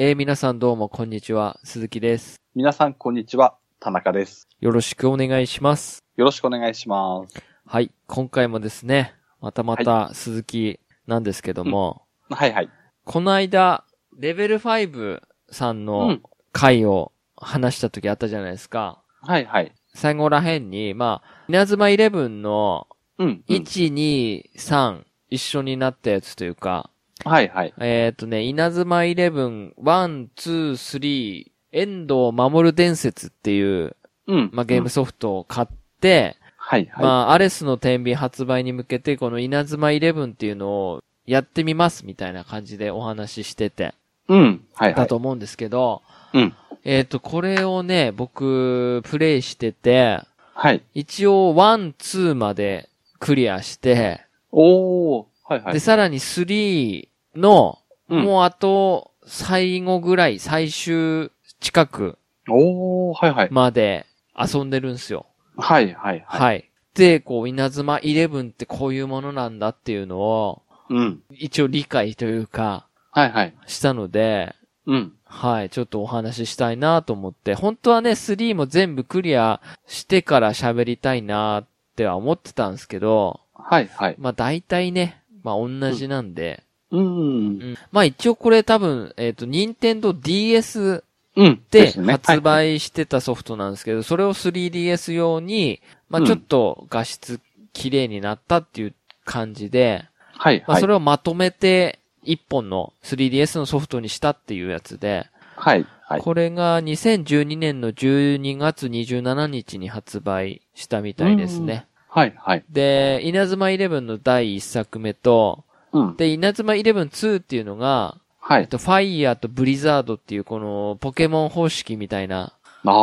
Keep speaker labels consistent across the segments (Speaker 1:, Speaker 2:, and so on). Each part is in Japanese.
Speaker 1: えー、皆さんどうも、こんにちは。鈴木です。
Speaker 2: 皆さん、こんにちは。田中です。
Speaker 1: よろしくお願いします。
Speaker 2: よろしくお願いします。
Speaker 1: はい。今回もですね、またまた鈴木なんですけども、
Speaker 2: はいはい。
Speaker 1: この間、レベル5さん
Speaker 2: う
Speaker 1: の
Speaker 2: ん
Speaker 1: 回を話した時あったじゃないですか。
Speaker 2: はいはい。
Speaker 1: 最後ら辺に、まあ、稲妻イレブンの
Speaker 2: うん、うん。
Speaker 1: 1、2、3一緒になったやつというか、
Speaker 2: はいはい。
Speaker 1: えっ、ー、とね、稲妻イレブン1、2、3、遠藤守伝説っていう、
Speaker 2: うん。
Speaker 1: まあ、ゲームソフトを買って、
Speaker 2: うん。はいはい。
Speaker 1: まあ、アレスの天秤発売に向けて、この稲妻イレブンっていうのをやってみますみたいな感じでお話ししてて、
Speaker 2: うん。はいは
Speaker 1: だ
Speaker 2: い。
Speaker 1: と思うんですけど、
Speaker 2: うん。
Speaker 1: えっ、と、これをね、僕、プレイしてて、
Speaker 2: はい。
Speaker 1: 一応、1、2までクリアして、
Speaker 2: おー。はいは
Speaker 1: で、
Speaker 2: い。
Speaker 1: さらに3の、
Speaker 2: うん
Speaker 1: もうあと、最後ぐらい、最終近く
Speaker 2: おー。はいはい。
Speaker 1: まで遊んでるんですよ。
Speaker 2: はいはいはい。
Speaker 1: はい。で、こう、稲妻イレブンってこういうものなんだっていうのを、
Speaker 2: うん。
Speaker 1: 一応理解というか、
Speaker 2: はいはい。
Speaker 1: したので、
Speaker 2: うん。
Speaker 1: はい、ちょっとお話ししたいなと思って、本当はね、3も全部クリアしてから喋りたいなっては思ってたんですけど、
Speaker 2: はいはい。
Speaker 1: まあ大体ね、まあ同じなんで、
Speaker 2: うん
Speaker 1: う。んまあ一応これ多分、えっ、と、任天堂 DS
Speaker 2: うん。
Speaker 1: です
Speaker 2: ね
Speaker 1: 発。
Speaker 2: はい
Speaker 1: 売してたソフトなんですけど、それを 3DS 用に、まあ
Speaker 2: うん
Speaker 1: ちょっと画質綺麗になったっていう感じで、
Speaker 2: はい
Speaker 1: まあ
Speaker 2: は
Speaker 1: そ
Speaker 2: い。
Speaker 1: れをまとめて一本の 3DS のソフトにしたっていうやつで、
Speaker 2: はいはい。
Speaker 1: これが2012年の12月27日に発売したみたいですね。
Speaker 2: はいはい。
Speaker 1: で、稲妻イレブンの第1作目と、
Speaker 2: うん。
Speaker 1: で、稲妻イレブン2っていうのが、
Speaker 2: は
Speaker 1: えっ
Speaker 2: い。
Speaker 1: と、ファイヤーとブリザードっていうこのポケモン方式みたいな、
Speaker 2: あ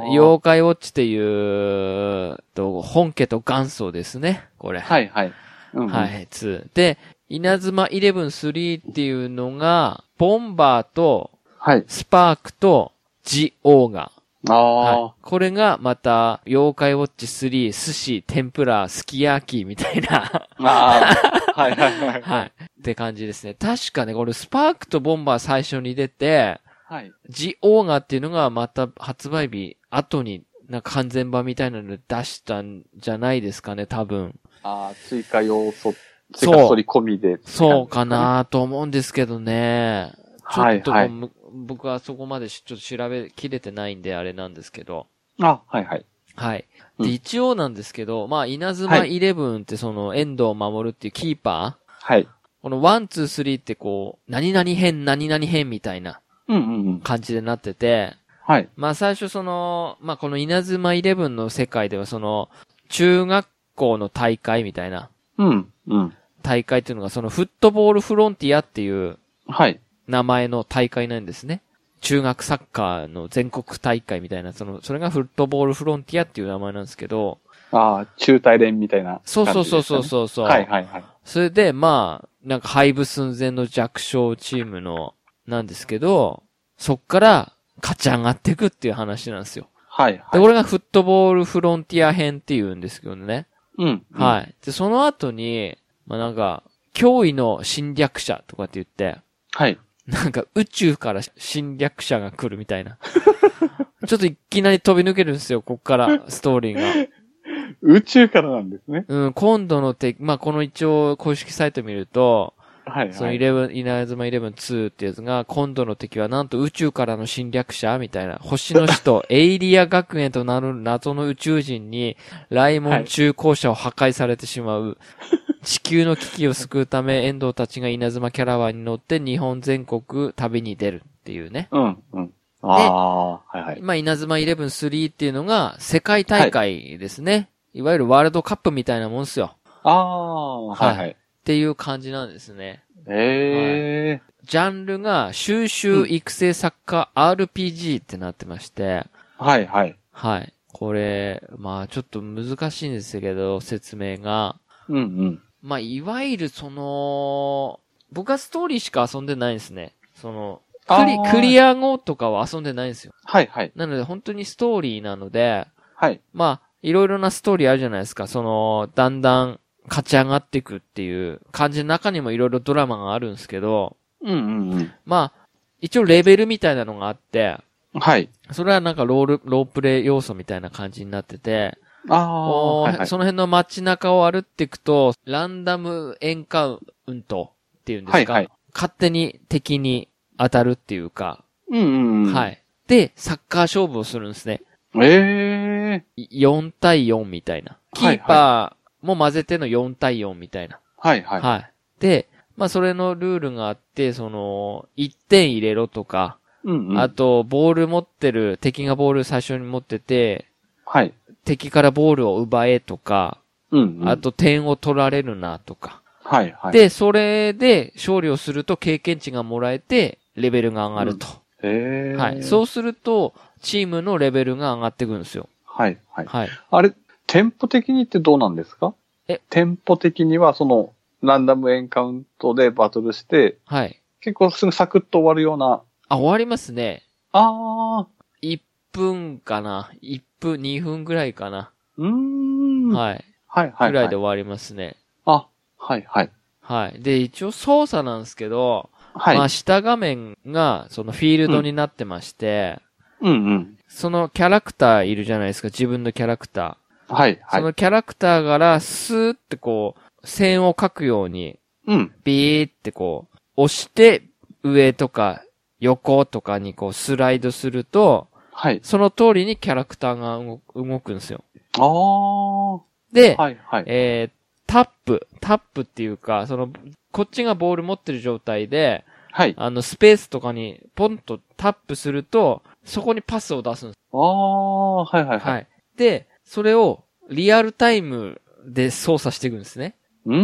Speaker 2: ー。
Speaker 1: 妖怪ウォッチっていう、えっと本家と元祖ですね、これ。
Speaker 2: はいはい。うん。
Speaker 1: は。い、2。で、稲妻イレブン3っていうのが、ボンバーと、
Speaker 2: はい。
Speaker 1: スパークと、ジオーガ。
Speaker 2: あー
Speaker 1: はい。これがまた、妖怪ウォッチ3、寿司、天ぷら、すき焼きみたいな。。
Speaker 2: あー。はいはいはい。
Speaker 1: はい。って感じですね。確かね、これスパークとボンバー最初に出て、
Speaker 2: はい。
Speaker 1: ジオーガっていうのがまた発売日後に、なんか完全版みたいなので出したんじゃないですかね、多分。
Speaker 2: ああ、追加要素、追加
Speaker 1: そう
Speaker 2: 取り込みで。
Speaker 1: そうか。なと思うんですけどね。ち
Speaker 2: は
Speaker 1: ょっ
Speaker 2: い
Speaker 1: と、
Speaker 2: はい。
Speaker 1: む僕はそこまでしちょっと調べきれてないんであれなんですけど。
Speaker 2: あ、はいはい。
Speaker 1: はい。
Speaker 2: う
Speaker 1: で、
Speaker 2: ん
Speaker 1: 一応なんですけど、まあ、稲
Speaker 2: は
Speaker 1: 妻
Speaker 2: い
Speaker 1: イレブンってその、遠藤守っていうキーパー
Speaker 2: はい。
Speaker 1: この、ワン、ツー、スリーってこう、何々編、何々編みたいな
Speaker 2: うんうんうん。
Speaker 1: 感じでなってて、
Speaker 2: はい。
Speaker 1: まあ、最初その、まあ、この稲妻イレブンの世界ではその、中学校の大会みたいな、
Speaker 2: うんうん。
Speaker 1: 大会っていうのがその、フットボールフロンティアっていう、
Speaker 2: はい。
Speaker 1: 名前の大会なんですね。中学サッカーの全国大会みたいな、その、それがフットボールフロンティアっていう名前なんですけど、
Speaker 2: ああ、中大連みたいな、
Speaker 1: そうそうそうそうそうそう、
Speaker 2: はいはいはい。
Speaker 1: それで、まあ、なんか廃部寸前の弱小チームの、なんですけど、そっから勝ち上がっていくっていう話なんですよ。
Speaker 2: はいは
Speaker 1: で、
Speaker 2: い。
Speaker 1: これがフットボールフロンティア編っていうんですけどね。
Speaker 2: うん。。
Speaker 1: はいい。で、その後に、まあなんか、脅威の侵略者とかって言って、
Speaker 2: はい。
Speaker 1: なんか宇宙から侵略者が来るみた いな。ちょっといきなり飛び抜けるんですよ、こっから、ストーリーが。
Speaker 2: 宇宙からなんですね。
Speaker 1: うん、今度の敵、まあ、この一応公式サイト見ると、
Speaker 2: はい
Speaker 1: その
Speaker 2: はい。
Speaker 1: 11、稲妻112ってやつが、今度の敵はなんと宇宙からの侵略者みたいな、星の使 徒、エイリア学園と名乗る謎の宇宙人に、雷門中校舎を破壊されてしまう。地球の危機を救うため、遠藤たちが稲妻キャラバンに乗って日本全国旅に出るっていうね。
Speaker 2: うんうん。ああ、はいはい。
Speaker 1: 今、稲妻113っていうのが世界大会ですね。い、わゆるワールドカップみたいなもんですよ。
Speaker 2: ああ、はいはい。
Speaker 1: っていう感じなんですね。
Speaker 2: ええ。
Speaker 1: ジャンルが収集育成作家 RPG ってなってまして、
Speaker 2: はいはい。
Speaker 1: はい。これ、まあちょっと難しいんですけど、説明が。
Speaker 2: うんうん。
Speaker 1: まあいわゆるその、僕はストーリーしか遊んでないんですね。その、クリ
Speaker 2: あー
Speaker 1: クリア後とかは遊んでないんですよ。
Speaker 2: はいはい。
Speaker 1: なので本当にストーリーなので、
Speaker 2: はい。
Speaker 1: まあ、いろいろなストーリーあるじゃないですか。その、だんだん勝ち上がっていくっていう感じの中にもいろいろドラマがあるんですけど、
Speaker 2: うんうんうん。
Speaker 1: まあ、一応レベルみたいなのがあって、
Speaker 2: はい。
Speaker 1: それはなんかロール、ロープレイ要素みたいな感じになってて、
Speaker 2: ああ、
Speaker 1: こう
Speaker 2: はいはい。
Speaker 1: その辺の街中を歩っていくと、ランダムエンカウントっていうんですか、
Speaker 2: はいはい
Speaker 1: 勝手に敵に当たるっていうか、
Speaker 2: うんうんうん。
Speaker 1: は。い。で、サッカー勝負をするんですね。
Speaker 2: ええ
Speaker 1: い4対4みたいな。キ
Speaker 2: はい
Speaker 1: ーパーも混ぜての4対4みたいな。
Speaker 2: はいはい。
Speaker 1: はい。で、まあそれのルールがあって、その、1点入れろとか、
Speaker 2: うんうん。
Speaker 1: あと、ボール持ってる、敵がボール最初に持ってて、
Speaker 2: はい。
Speaker 1: 敵からボールを奪えとか、
Speaker 2: うん、うん。
Speaker 1: あ、と点を取られるなとか。
Speaker 2: はいはい。、
Speaker 1: で、それで勝利をすると経験値がもらえて、レベルが上がると。
Speaker 2: ええ
Speaker 1: はい。
Speaker 2: う。
Speaker 1: そうすると、チームのレベルが上がっていくんですよ。
Speaker 2: はいはい。
Speaker 1: はい。
Speaker 2: あれ、店舗的にってどうなんですか
Speaker 1: え
Speaker 2: 店舗的には、その、ランダムエンカウントでバトルして、
Speaker 1: はい。
Speaker 2: 結構すぐサクッと終わるような、
Speaker 1: あ、終わりますね。
Speaker 2: ああ、
Speaker 1: 1分かな。1分、2分ぐらいかな。
Speaker 2: うーん。はい
Speaker 1: はい。
Speaker 2: はいはい。
Speaker 1: ぐらいで終わりますね。
Speaker 2: あ、はいはい。
Speaker 1: はい。で、一応操作なんですけど、
Speaker 2: はい。
Speaker 1: まあ下画面がそのフィールドになってまして、
Speaker 2: うんうん。
Speaker 1: そのキャラクターいるじゃないですか、自分のキャラクタ
Speaker 2: はい
Speaker 1: ー。そ
Speaker 2: はい。
Speaker 1: のキャラクターからスーってこう、線を描くように、
Speaker 2: うん。
Speaker 1: ビーってこう、押して、上とか、横とかにこうスライドすると、
Speaker 2: はい。
Speaker 1: その通りにキャラクターが動く動くんですよ。
Speaker 2: ああ、は
Speaker 1: で、
Speaker 2: いはい。
Speaker 1: えー、タップ、タップっていうか、その、こっちがボール持ってる状態で、
Speaker 2: はい。
Speaker 1: あの、スペースとかにポンとタップすると、そこにパスを出すんです。
Speaker 2: ああ、はいはいは。
Speaker 1: はいい。で、それをリアルタイムで操作していくんですね。
Speaker 2: うー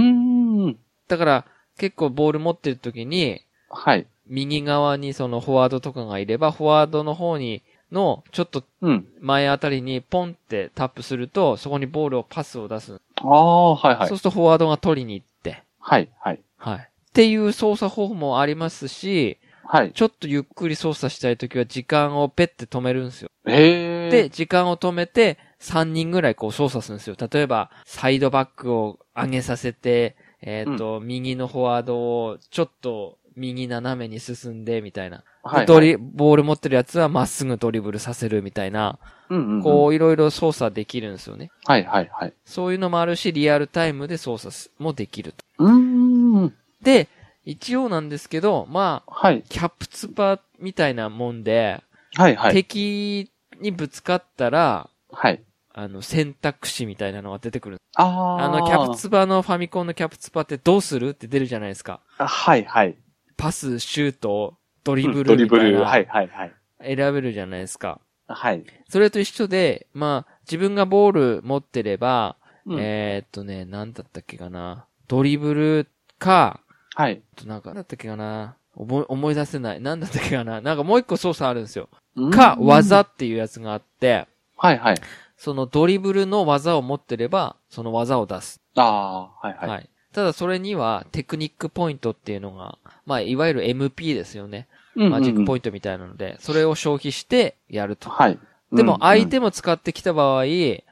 Speaker 2: ん。
Speaker 1: だから、結構ボール持ってる時に、
Speaker 2: はい。
Speaker 1: 右側にそのフォワードとかがいれば、フォワードの方に、の、ちょっと
Speaker 2: うん。
Speaker 1: 前あたりにポンってタップすると、そこにボールをパスを出す。
Speaker 2: ああ、はいはい
Speaker 1: そう。するとフォワードが取りに行って、
Speaker 2: はいはい。
Speaker 1: はい。っていう操作方法もありますし、
Speaker 2: はい。
Speaker 1: ちょっとゆっくり操作したいときは時間をペッて止めるんですよ。
Speaker 2: へえ。
Speaker 1: で、、時間を止めて3人ぐらいこう操作するんですよ。例えば、サイドバックを上げさせて、えっ、と、右のフォワードをちょっと右斜めに進んでみたいな。
Speaker 2: はい、
Speaker 1: ドリ、ボール持ってるやつはまっすぐドリブルさせるみたいな、
Speaker 2: うんうんうん。
Speaker 1: こういろいろ操作できるんですよね。
Speaker 2: はいはいはい。
Speaker 1: そういうのもあるし、リアルタイムで操作すもできると。
Speaker 2: うーん。
Speaker 1: で、一応なんですけど、まあ、
Speaker 2: はい。
Speaker 1: キャプツパみたいなもんで、
Speaker 2: はいはい。
Speaker 1: 敵にぶつかったら、
Speaker 2: はい。
Speaker 1: あの、選択肢みたいなのが出てくる。
Speaker 2: あ
Speaker 1: あ
Speaker 2: あ。
Speaker 1: の、キャプツバのファミコンのキャプツバってどうするって出るじゃないですか。
Speaker 2: はいはい。
Speaker 1: パス、シュート、ドリブ
Speaker 2: ド
Speaker 1: ル
Speaker 2: リ
Speaker 1: み
Speaker 2: ブ
Speaker 1: たい
Speaker 2: ル。は
Speaker 1: ない
Speaker 2: はいはい。
Speaker 1: 選べるじゃないですか。
Speaker 2: はい。
Speaker 1: それと一緒で、まあ、自分がボール持ってれば、
Speaker 2: うん
Speaker 1: えーっとね、なんだったっけかな。ドリブルか、
Speaker 2: はい。
Speaker 1: あとなんか、なんだったっけかな。思い、思い出せない。なんだったっけかな。なんかもう一個操作あるんですよ。か、
Speaker 2: うん
Speaker 1: 技。っていうやつがあって、
Speaker 2: はいはい。
Speaker 1: そのドリブルの技を持ってれば、その技を出す。
Speaker 2: ああー、はい
Speaker 1: はい。
Speaker 2: はい。
Speaker 1: ただそれにはテクニックポイントっていうのが、まあいわゆる MP ですよね。
Speaker 2: うんうんうん
Speaker 1: マジックポイントみたいなので、それを消費してやると。
Speaker 2: はい。
Speaker 1: でも相
Speaker 2: うん
Speaker 1: 手も使ってきた場合、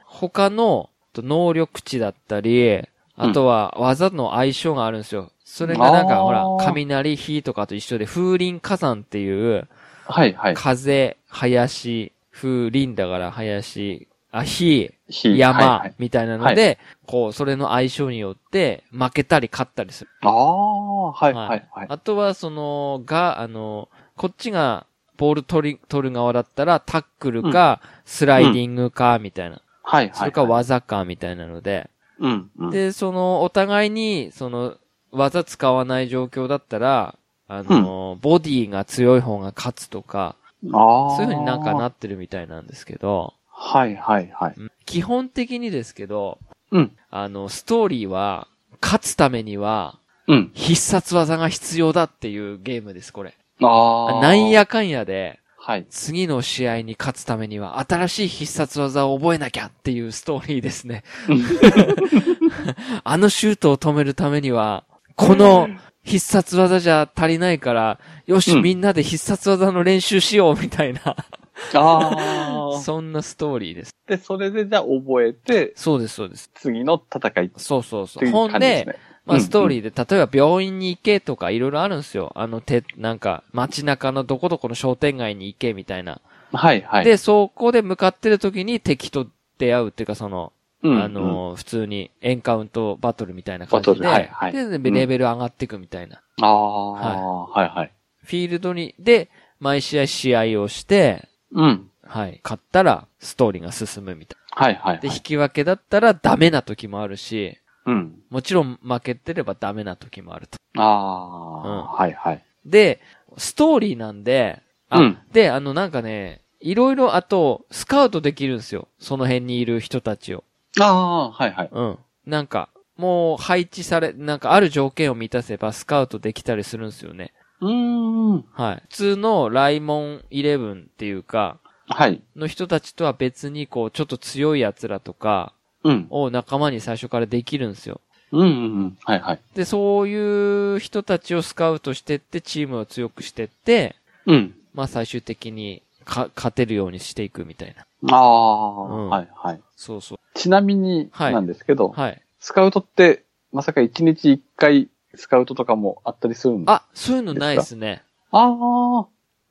Speaker 1: 他の能力値だったり、あとは技の相性があるんですよ。それがなんか
Speaker 2: あー
Speaker 1: ほら、雷、火とかと一緒で風林火山っていう、
Speaker 2: うんはいはい。
Speaker 1: 風、林、風林だから林、あ、火、
Speaker 2: 火はいは
Speaker 1: 山
Speaker 2: い
Speaker 1: みたいなので、こう、それの相性によって、負けたり勝ったりする。
Speaker 2: ああ、はいはいはい。
Speaker 1: あとは、その、が、あの、こっちが、ボール取り、取る側だったら、タックルか、スライディングか、みたいな。
Speaker 2: はいはい。
Speaker 1: それか、技か、みたいなので。
Speaker 2: うんうん。
Speaker 1: で、その、お互いに、その、技使わない状況だったら、あの、ボディが強い方が勝つとか、
Speaker 2: あ
Speaker 1: そ
Speaker 2: あ。
Speaker 1: ういう風になんかな。ってるみたいなんですけど、
Speaker 2: はいはいはい。
Speaker 1: うん基本的にですけど、
Speaker 2: うん。
Speaker 1: あの、ストーリーは、勝つためには、
Speaker 2: うん。
Speaker 1: 必殺技が必要だっていうゲームです、これ。
Speaker 2: ああ。
Speaker 1: なん。やかんやで、
Speaker 2: はい。
Speaker 1: 次の試合に勝つためには、新しい必殺技を覚えなきゃっていうストーリーですね。あのシュートを止めるためには、この必殺技じゃ足りないから、よし、
Speaker 2: うん
Speaker 1: みんなで必殺技の練習しようみたいな、
Speaker 2: あ あ。
Speaker 1: そんなストーリーです。
Speaker 2: で、それでじゃあ覚えて、
Speaker 1: そうです、そうです。
Speaker 2: 次の戦いっ
Speaker 1: そうそう
Speaker 2: て
Speaker 1: そう。
Speaker 2: いう
Speaker 1: ほん
Speaker 2: 感じです
Speaker 1: で、
Speaker 2: ね。
Speaker 1: ま
Speaker 2: う
Speaker 1: あ、
Speaker 2: ん
Speaker 1: ストーリーで、例えば病院に行けとかいろいろあるんですよ。あの、て、なんか、街中のどこどこの商店街に行けみたいな。
Speaker 2: はい、はい。
Speaker 1: で、そこで向かってる時に敵と出会うっていうか、その、
Speaker 2: うん、
Speaker 1: あの、普通にエンカウントバトルみたいな感じ
Speaker 2: バ
Speaker 1: で、
Speaker 2: トルはいはい
Speaker 1: で、レベル上がっていくみたいな。
Speaker 2: うん、ああ、はい、はい。
Speaker 1: フィールドに、で、毎試合試合をして、
Speaker 2: うん。
Speaker 1: はい、勝ったらストーリーが進むみたい
Speaker 2: はい、はい、
Speaker 1: な。で、
Speaker 2: は
Speaker 1: 引
Speaker 2: い。
Speaker 1: き分けだったらダメな時もあるし、
Speaker 2: うん。
Speaker 1: もちろん負けてればダメな時もあると。
Speaker 2: ああ、はい、はい。
Speaker 1: で、ストーリーなんで、あ、
Speaker 2: うん
Speaker 1: で、あの、なんかね、いろいろ、あと、スカウトできるんですよ。その辺にいる人たちを。
Speaker 2: ああ、はい、はい。
Speaker 1: うん。なんか、もう配置され、なんかある条件を満たせばスカウトできたりするんですよね。
Speaker 2: うーん。
Speaker 1: はい。普通のライモン11っていうか、
Speaker 2: はい。
Speaker 1: の人たちとは別にこう、ちょっと強い奴らとか
Speaker 2: うん。
Speaker 1: を仲間に最初からできるんですよ。
Speaker 2: うん、うん、うん。はい、はい。
Speaker 1: で、そういう人たちをスカウトしてって、チームを強くしてって、
Speaker 2: うん。
Speaker 1: まあ最終的にか勝てるようにしていくみたいな。
Speaker 2: ああ、
Speaker 1: うん
Speaker 2: はい、はい。
Speaker 1: そうそう。
Speaker 2: ちなみに、
Speaker 1: はい
Speaker 2: なんですけど、
Speaker 1: はい。
Speaker 2: スカウトって、まさか1日1回スカウトとかもあったりするんです
Speaker 1: あ、そういうのないですね。
Speaker 2: ああ、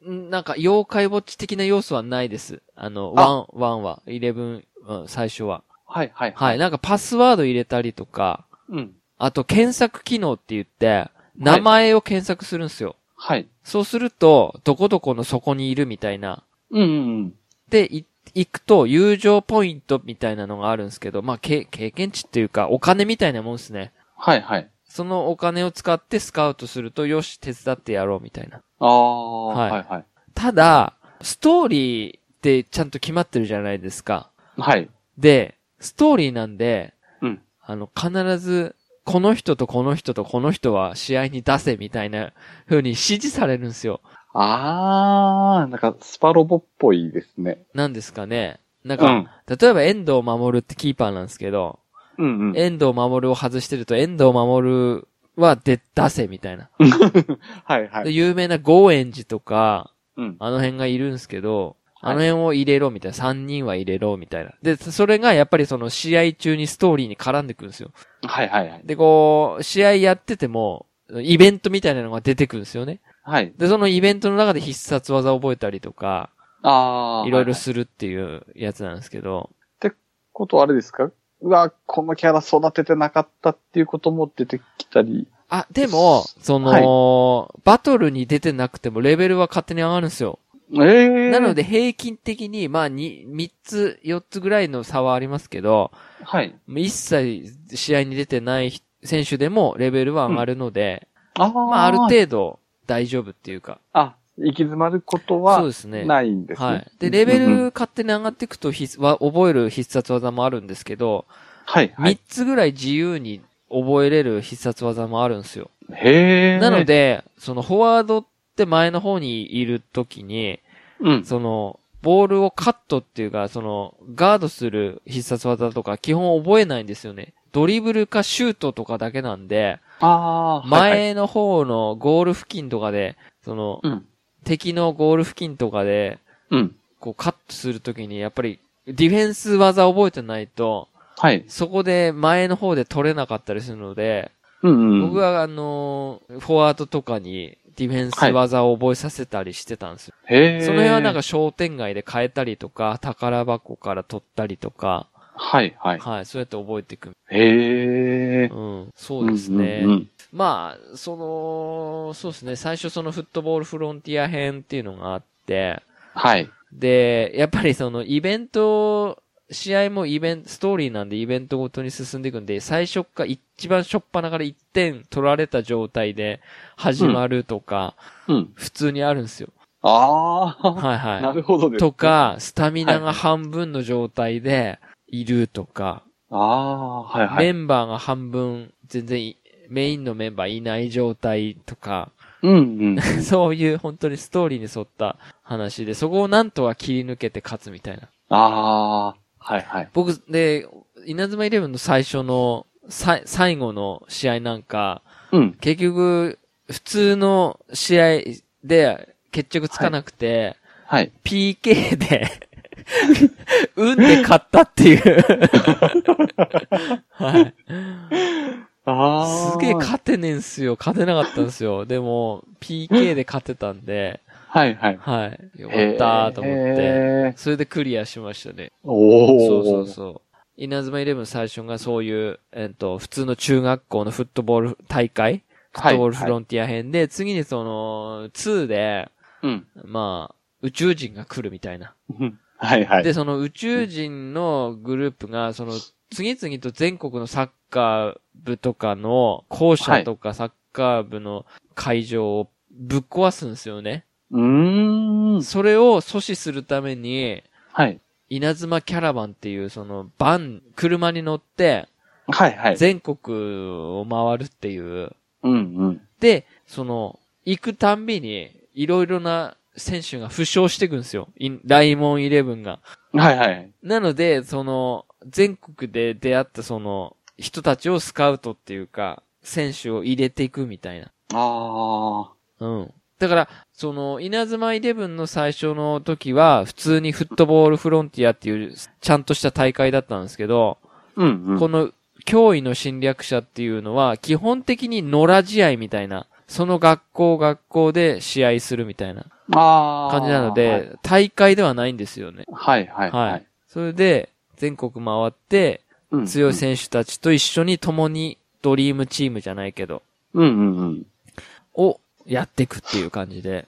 Speaker 1: んなんか、妖怪ウォッチ的な要素はないです。あの、ワ
Speaker 2: あ
Speaker 1: ン、ワンは、イレブン、うん最初は。
Speaker 2: はい、はい。
Speaker 1: はい。なんか、パスワード入れたりとか、
Speaker 2: うん。
Speaker 1: あと、検索機能って言って、名前を検索するんですよ。
Speaker 2: はい。
Speaker 1: そうすると、どこどこの底にいるみたいな。
Speaker 2: うん、うん
Speaker 1: で、い、行くと、友情ポイントみたいなのがあるんですけど、まあ、け、経験値っていうか、お金みたいなもんですね。
Speaker 2: はい、はい。
Speaker 1: そのお金を使ってスカウトすると、よし、手伝ってやろうみたいな。
Speaker 2: ああ、はい、
Speaker 1: は
Speaker 2: はい。
Speaker 1: ただ、ストーリーってちゃんと決まってるじゃないですか。
Speaker 2: はい。
Speaker 1: で、ストーリーなんで、
Speaker 2: うん
Speaker 1: あの、必ず、この人とこの人とこの人は試合に出せみたいな風に指示されるんですよ。
Speaker 2: ああ、なんかスパロボっぽいですね。
Speaker 1: なんですかね。なん
Speaker 2: う
Speaker 1: か、
Speaker 2: ん。
Speaker 1: 例えば遠藤守ってキーパーなんですけど、
Speaker 2: うん、うん。
Speaker 1: 遠藤守を外してると遠藤守は出、出せみたいな。
Speaker 2: はい、は
Speaker 1: で
Speaker 2: い。
Speaker 1: 有名なゴーエンジとか、
Speaker 2: うん。
Speaker 1: あの辺がいるんですけど、
Speaker 2: はい
Speaker 1: あの辺を入れろみたいな、3人は入れろみたいな。で、それがやっぱりその試合中にストーリーに絡んでくるんですよ。
Speaker 2: はい、はい、はい。
Speaker 1: で、こう、試合やってても、イベントみたいなのが出てくるんですよね。
Speaker 2: はい。
Speaker 1: で、そのイベントの中で必殺技を覚えたりとか、
Speaker 2: ああ。
Speaker 1: いろいろ
Speaker 2: っ
Speaker 1: するっていうやつなんですけど、
Speaker 2: ことあれですかうわ、このキャラ育ててなかったっていうことも出てきたり。
Speaker 1: あ、でも、その、バトルに出てなくてもレベルは勝手に上がるんですよ。
Speaker 2: ええ
Speaker 1: なの。で平均的に、まあ、に、3つ、4つぐらいの差はありますけど、
Speaker 2: はい。
Speaker 1: 一切試合に出てない選手でもレベルは上がるので、
Speaker 2: ああ。
Speaker 1: まあある程度大丈夫っていうか。
Speaker 2: あ、行き詰まるこ
Speaker 1: そ
Speaker 2: と
Speaker 1: う
Speaker 2: は
Speaker 1: ですね。
Speaker 2: ないんですね。
Speaker 1: はい。で、レベ
Speaker 2: うんうん
Speaker 1: ル勝手に上がっていくと必須、は覚える必殺技もあるんですけど、
Speaker 2: はい、は
Speaker 1: 三
Speaker 2: い。
Speaker 1: 3つぐらい自由に覚えれる必殺技もあるんですよ。
Speaker 2: へえ。
Speaker 1: なの、で、そのフォワードって前の方にいるときに、
Speaker 2: うん。
Speaker 1: その、ボールをカットっていうか、その、ガードする必殺技とか基本覚えないんですよね。ドリブルかシュートとかだけなんで、
Speaker 2: ああ、はいはい、
Speaker 1: 前の方のゴール付近とかで、その、
Speaker 2: うん。
Speaker 1: 敵のゴール付近とかで、
Speaker 2: うん。
Speaker 1: こうカットするときに、やっぱり、ディフェンス技覚えてないと、
Speaker 2: はい。
Speaker 1: そこで前の方で取れなかったりするので、
Speaker 2: うん、うん。
Speaker 1: 僕はあのーフォワードとかにディフェンス技を覚えさせたりしてたんですよ。
Speaker 2: へえ。
Speaker 1: その辺はなんか、商店街で変えたりとか、宝箱から取ったりとか、
Speaker 2: はい、はい。
Speaker 1: はい、そうやって覚えていく。
Speaker 2: へえ。
Speaker 1: うん、そうですね。
Speaker 2: うんうん
Speaker 1: まあ、その、そうですね、最初そのフットボールフロンティア編っていうのがあって、
Speaker 2: はい。
Speaker 1: で、やっぱりそのイベント、試合もイベント、ストーリーなんでイベントごとに進んでいくんで、最初っか、一番初っ端から1点取られた状態で始まるとか、
Speaker 2: うん。
Speaker 1: 普通にあるんですよ。
Speaker 2: ああ、
Speaker 1: はい
Speaker 2: な
Speaker 1: は
Speaker 2: るほどで
Speaker 1: い。
Speaker 2: す。
Speaker 1: と。か、スタミナが半分の状態でいるとか、
Speaker 2: ああ、はい、は
Speaker 1: メ
Speaker 2: い。
Speaker 1: ンバーが半分、全然いメインのメンバーいない状態とか、
Speaker 2: うん、うん。
Speaker 1: そういう本当にストーリーに沿った話で、そこをなんとか切り抜けて勝つみたいな。
Speaker 2: ああ、はい、はい。
Speaker 1: 僕、で、稲妻イレブンの最初の、さ最後の試合なんか、
Speaker 2: うん。
Speaker 1: 結局、普通の試合で決着つかなくて、
Speaker 2: はい。
Speaker 1: PK で、 運で勝ったっていう、はい。
Speaker 2: ああ。
Speaker 1: すげえ勝てねえんすよ。勝てなかったんですよ。でも、PK で勝てたんで、
Speaker 2: はいはい。
Speaker 1: はい。よか
Speaker 2: へー
Speaker 1: ったと思って。
Speaker 2: へー
Speaker 1: それでクリアしましたね。
Speaker 2: おお。
Speaker 1: そうそうそう。稲妻イレブン最初がそういう、えっと、普通の中学校のフットボール大会フッ
Speaker 2: はい。
Speaker 1: トボールフ
Speaker 2: は
Speaker 1: ロンティア編で、次にその、2で、
Speaker 2: いうん。
Speaker 1: まあ、宇宙人が来るみたいな。
Speaker 2: うんはいはい。
Speaker 1: で、その宇宙人のグループが、その、次々と全国のサッカー部とかの、校舎とかサッカー部の会場をぶっ壊すんですよね。
Speaker 2: うーん。
Speaker 1: それを阻止するために、
Speaker 2: はい。
Speaker 1: 稲妻キャラバンっていう、その、バン、車に乗って、
Speaker 2: はいはい。
Speaker 1: 全国を回るっていう。
Speaker 2: うんうん。
Speaker 1: で、その、行くたんびに、いろいろな選手が負傷していくんですよ。インライモンイレブンが。
Speaker 2: はいはい。
Speaker 1: なので、その、全国で出会ったその、人たちをスカウトっていうか、選手を入れていくみたいな。
Speaker 2: あ
Speaker 1: うん。だから、その、稲妻イレブンの最初の時は、普通にフットボールフロンティアっていう、ちゃんとした大会だったんですけど、
Speaker 2: あ。うんうん。
Speaker 1: この、脅威の侵略者っていうのは、基本的に野良試合みたいな、その学校学校で試合するみたいな
Speaker 2: ああ。
Speaker 1: 感じなので、大会ではないんですよね。
Speaker 2: はい。はいはいは
Speaker 1: はいい。。それで、全国回って、
Speaker 2: うん
Speaker 1: 強い選手たちと一緒に共にドリームチームじゃないけど、
Speaker 2: うんうんうん。っ
Speaker 1: をやっていくっていう感じで。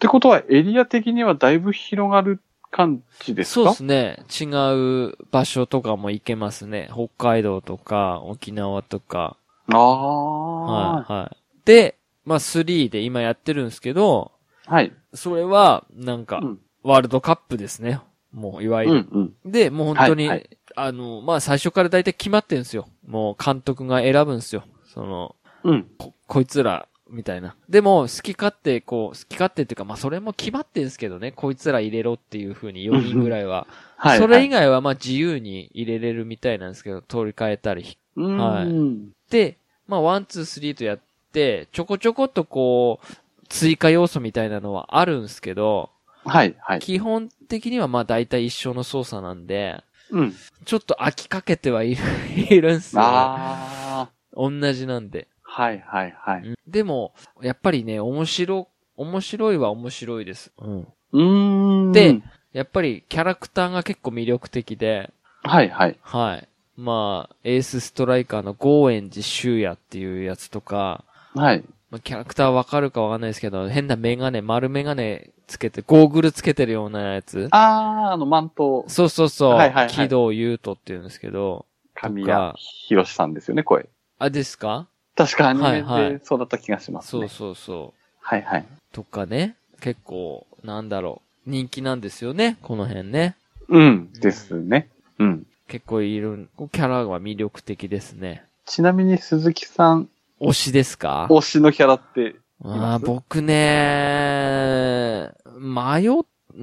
Speaker 2: てことは、エリア的にはだいぶ広がる感じですか
Speaker 1: そうですね。違う場所とかも行けますね。北海道とか沖縄とか。
Speaker 2: ああ。
Speaker 1: はい、はい。で、まあ3で今やってるんですけど、
Speaker 2: はい。
Speaker 1: それは、なんか
Speaker 2: う、ん。
Speaker 1: ワールドカップですね。もう、いわ
Speaker 2: う
Speaker 1: ゆ
Speaker 2: んう
Speaker 1: る。
Speaker 2: ん。
Speaker 1: で、もう本当に、
Speaker 2: はいは
Speaker 1: あの、まあ最初から大体決まってるんですよ。もう監督が選ぶんですよ。その、
Speaker 2: うん。
Speaker 1: こ、こいつら、みたいな。でも、好き勝手、こう、好き勝手っていうか、まあ、それも決まってんですけどね、こいつら入れろっていう風に4人ぐらいは。
Speaker 2: はい。
Speaker 1: それ以
Speaker 2: 外、
Speaker 1: 外は、まあ、自由に入れれるみたいなんですけど、取り替えたり
Speaker 2: うん。
Speaker 1: はいで、まあ、ワン、ツー、スリーとやって、ちょこちょこっとこう、追加要素みたいなのはあるんですけど、
Speaker 2: はい。はい。
Speaker 1: 基本的にはまあ大体一緒の操作なんで、
Speaker 2: うん。
Speaker 1: ちょっと飽きかけてはいる、いるんすよ、ね。
Speaker 2: ああ。
Speaker 1: 同じなんで。
Speaker 2: はいはいはい。
Speaker 1: でも、やっぱりね、面白、面白いは面白いです。うん。
Speaker 2: うーん。
Speaker 1: で、やっぱりキャラクターが結構魅力的で、
Speaker 2: はいはい。
Speaker 1: はい。まあ、エースストライカーのゴーエンジシュウヤっていうやつとか、
Speaker 2: はい。
Speaker 1: まあ、キャラクターわかるかわかんないですけど、変なメガネ、丸メガネつけて、ゴーグルつけてるようなやつ。
Speaker 2: ああ、あの、マント、
Speaker 1: そうそうそう。
Speaker 2: はいはいはい
Speaker 1: 木戸優斗っていうんですけど、
Speaker 2: 神
Speaker 1: とか
Speaker 2: 谷博さんですよね、声。
Speaker 1: あ、ですか
Speaker 2: 確かアニメ
Speaker 1: はいは
Speaker 2: でそうだった気がします
Speaker 1: そう
Speaker 2: ね。
Speaker 1: そうそう。
Speaker 2: はいはい。
Speaker 1: とかね、結構、なんだろう、人気なんですよね、この辺ね。
Speaker 2: うん、ですね。うん。
Speaker 1: 結構いる、キャラは魅力的ですね。
Speaker 2: ちなみに鈴木さん、
Speaker 1: 推しですか
Speaker 2: 推しのキャラって、
Speaker 1: あー僕ね、迷っ、うー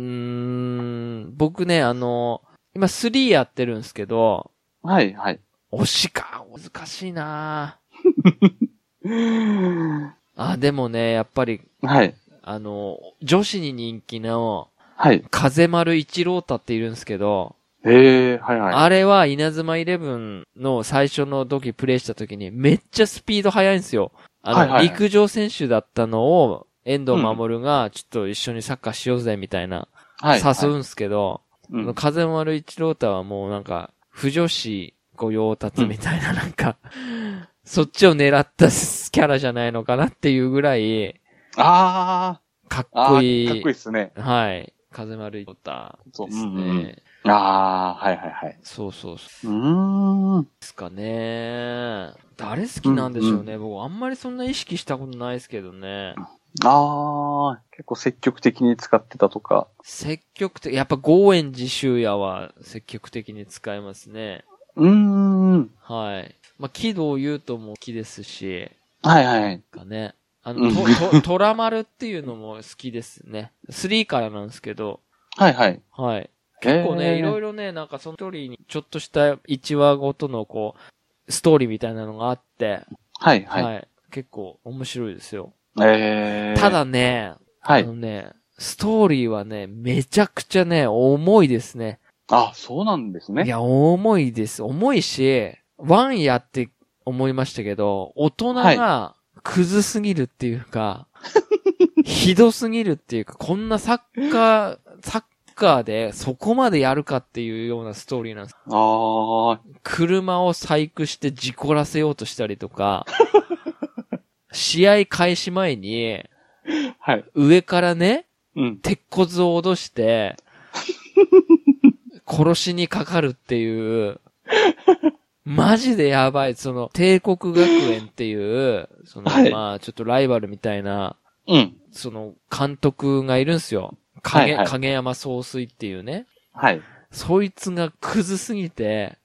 Speaker 1: ん、僕ね、あの、今3やってるんですけど、
Speaker 2: はいはい。
Speaker 1: 推しか、難しいな
Speaker 2: は
Speaker 1: あー、でもね、やっぱり、
Speaker 2: い。
Speaker 1: あの、女子に人気の、
Speaker 2: はい。
Speaker 1: 風丸一郎太っているんですけど、
Speaker 2: ええはいはい。
Speaker 1: あれは稲妻イレブンの最初の時プレイした時にめっちゃスピード速いんですよ。あの、
Speaker 2: はいはいはい
Speaker 1: 陸上選手だったのを遠藤守がちょっと一緒にサッカーしようぜみたいな、
Speaker 2: はい。
Speaker 1: 誘う
Speaker 2: はい
Speaker 1: んですけど、
Speaker 2: うん
Speaker 1: あの風丸一郎太はもうなんか、不女子御用達みたいななんか、 そっちを狙ったキャラじゃないのかなっていうぐらい、
Speaker 2: あ
Speaker 1: かっ
Speaker 2: あ、ああ、かっ
Speaker 1: こ
Speaker 2: こ
Speaker 1: い
Speaker 2: い
Speaker 1: い。
Speaker 2: いですね。
Speaker 1: はい。風丸一郎太ですね。
Speaker 2: そううんうんああ、はいはいはい。
Speaker 1: そうそうそう。
Speaker 2: うーん。
Speaker 1: ですかね。誰好きなんでしょうね。僕、あんまりそんな意識したことないですけどね。
Speaker 2: ああ、結構積極的に使ってたとか。
Speaker 1: 積極的、やっぱ、ゴーエン寺修也は積極的に使いますね。
Speaker 2: うーん。
Speaker 1: はい。まあ、喜道優斗も好きですし、
Speaker 2: はいはい。
Speaker 1: かね。あ
Speaker 2: う
Speaker 1: の、
Speaker 2: ん
Speaker 1: と、 と、虎丸っていうのも好きですね。3からなんですけど、
Speaker 2: はいはい。
Speaker 1: はい。結構ね、いろ
Speaker 2: い
Speaker 1: いろね、なんかその通りに、ちょっとした1話ごとのこう、ストーリーみたいなのがあって、
Speaker 2: はい
Speaker 1: はい。
Speaker 2: はい。
Speaker 1: 結構面白いですよ。
Speaker 2: ええ
Speaker 1: た、だね、
Speaker 2: は
Speaker 1: あの
Speaker 2: い。
Speaker 1: ね、ストーリーはね、めちゃくちゃね、重いですね。
Speaker 2: あ、そうなんです
Speaker 1: い
Speaker 2: ね。
Speaker 1: や、重いです。重いし、ワンやって、思いましたけど、大人がクズすぎるっていうか、 ひどすぎるっていうか、こんなサッカー、サッカーでそこまでやるかっていうようなストーリーなんです。
Speaker 2: ああ、
Speaker 1: 車を細工して事故らせようとしたりと か、試合開始前に、
Speaker 2: はい。
Speaker 1: 上からね、
Speaker 2: うん。
Speaker 1: 鉄骨を脅 して、殺しにかかるっていう、マジでやばい、その、帝国学園っていう、その、
Speaker 2: はい
Speaker 1: まあ、ちょっとライバルみたいな、
Speaker 2: うん。
Speaker 1: その、監督がいるんすよ。影、
Speaker 2: はいはい
Speaker 1: 影山総帥っていうね。
Speaker 2: はい。
Speaker 1: そいつがクズすぎて、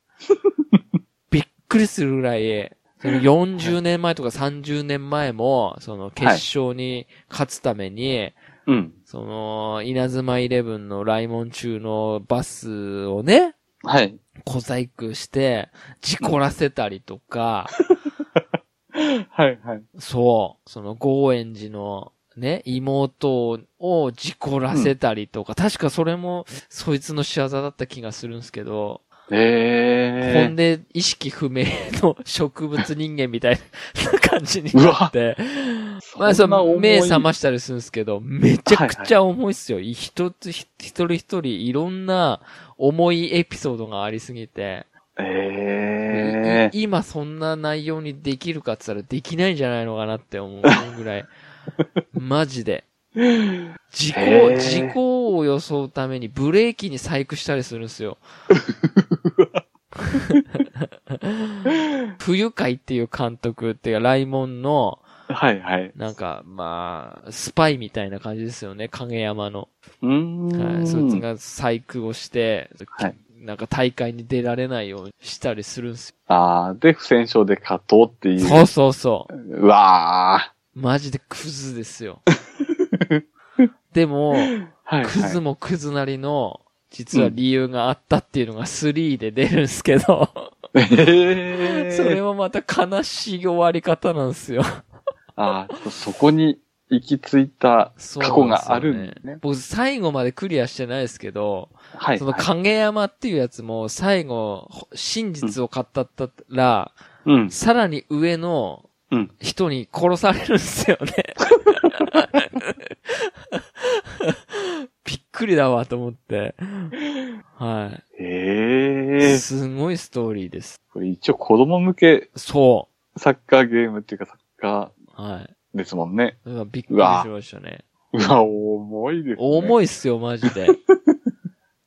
Speaker 1: びっくりするぐらい、その40年前とか30年前も、その決勝に勝つために、
Speaker 2: うん。
Speaker 1: その、稲妻イレブンの来門中のバスをね、
Speaker 2: はい。
Speaker 1: 小細工して、事故らせたりとか、
Speaker 2: はい、はい。
Speaker 1: そう、その、ゴーエン寺の、ね、妹を事故らせたりとか、確かそれも、そいつの仕業だった気がするんですけど、ほん
Speaker 2: ええ
Speaker 1: で、意識不明の植物人間みたいな感じになって、
Speaker 2: ー。
Speaker 1: まあ、そ
Speaker 2: んな重
Speaker 1: の
Speaker 2: い
Speaker 1: 目覚ましたりするんですけど、めちゃくちゃ重いっすよ。一つ、一人一人、いろんな重いエピソードがありすぎて、
Speaker 2: ええ
Speaker 1: い今そんな内容にできるかって言ったらできないんじゃないのかなって思うぐ らい、マジで。事故、
Speaker 2: へー
Speaker 1: 事故を装うためにブレーキに細工したりするんです よ。 冬海っていう監督っていうか、ライモンの、
Speaker 2: はい、はい。
Speaker 1: なんか、まあ、スパイみたいな感じですよね、影山の。
Speaker 2: うーん。
Speaker 1: はい。そいつが細工をして、
Speaker 2: はい
Speaker 1: なんか大会に出られないようにしたりするんです
Speaker 2: ああ、で、不戦勝で勝とうってい
Speaker 1: よ。
Speaker 2: う。
Speaker 1: そうそうそう。
Speaker 2: うわ
Speaker 1: マジでクズです よ。でも、
Speaker 2: ー。はい、
Speaker 1: クズ
Speaker 2: はい。
Speaker 1: もクズなりの、実は理由があったっていうのが3で出るんですけど、
Speaker 2: ええ
Speaker 1: それもまた悲しい終わり方なんですよ。
Speaker 2: ああ、そこに行き着いた
Speaker 1: そう
Speaker 2: 過
Speaker 1: なんで
Speaker 2: 去
Speaker 1: すよ
Speaker 2: があるんですね。
Speaker 1: 僕最後までクリアしてないですけど、
Speaker 2: はい。
Speaker 1: その
Speaker 2: はい
Speaker 1: 影山っていうやつも最後、ほ真実を語ったら、
Speaker 2: うん。
Speaker 1: さらに上の
Speaker 2: うん
Speaker 1: 人に殺されるんですよね。 びっくりだわと思って。は
Speaker 2: ええ
Speaker 1: い。すごいストーリーです。
Speaker 2: これ一応子供向け
Speaker 1: そ
Speaker 2: サッカーゲームっていうかサッカ
Speaker 1: う。はい。
Speaker 2: ーですもんね。
Speaker 1: うわびっくりしましたね。
Speaker 2: うわ、重いですね。い。
Speaker 1: 重いっすよ、マジで。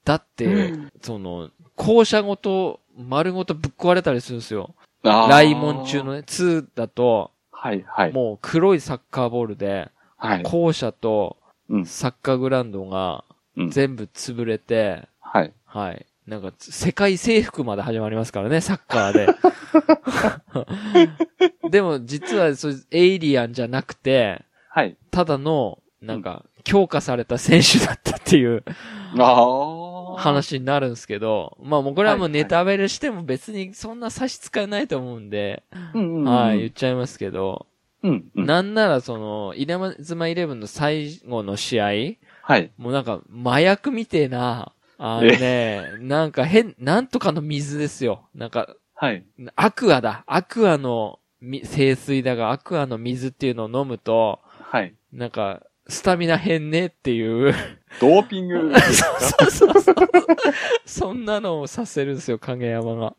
Speaker 1: だって、その、校舎ごと、丸ごとぶっ壊れたりするんですよ。来門中。のね、2だと、
Speaker 2: はいはい。
Speaker 1: もう黒いサッカーボールで、
Speaker 2: はい。
Speaker 1: 校舎と
Speaker 2: うん
Speaker 1: サッカーグラウンドが
Speaker 2: うん
Speaker 1: 全部潰れて、
Speaker 2: はい。
Speaker 1: はい。なんか、世界征服まで始まりますからね、サッカーで。でも、実は、そうエイリアンじゃなくて、
Speaker 2: はい。
Speaker 1: ただの、なんか、強化された選手だったっていう
Speaker 2: ああ。。
Speaker 1: 話になるんですけど、まあもうこれはもう
Speaker 2: はいはい
Speaker 1: ネタバレしても別にそんな差し支えないと思うんで、
Speaker 2: うんうんうん。
Speaker 1: はい、言っちゃいますけど、
Speaker 2: うん。うん。
Speaker 1: なんならその、稲妻イレブンの最後の試合、
Speaker 2: はい。
Speaker 1: もうなんか麻薬みてえな、あのね、なんか変、なんとかの水ですよ。なんか、
Speaker 2: はい。
Speaker 1: アクアだ。アクアのみ清水だが、アクアの水っていうのを飲むと、
Speaker 2: はい。
Speaker 1: なんか、スタミナ変ねっていう。
Speaker 2: ドーピング。
Speaker 1: そうそうそう。そんなのをさせるんですよ、影山が。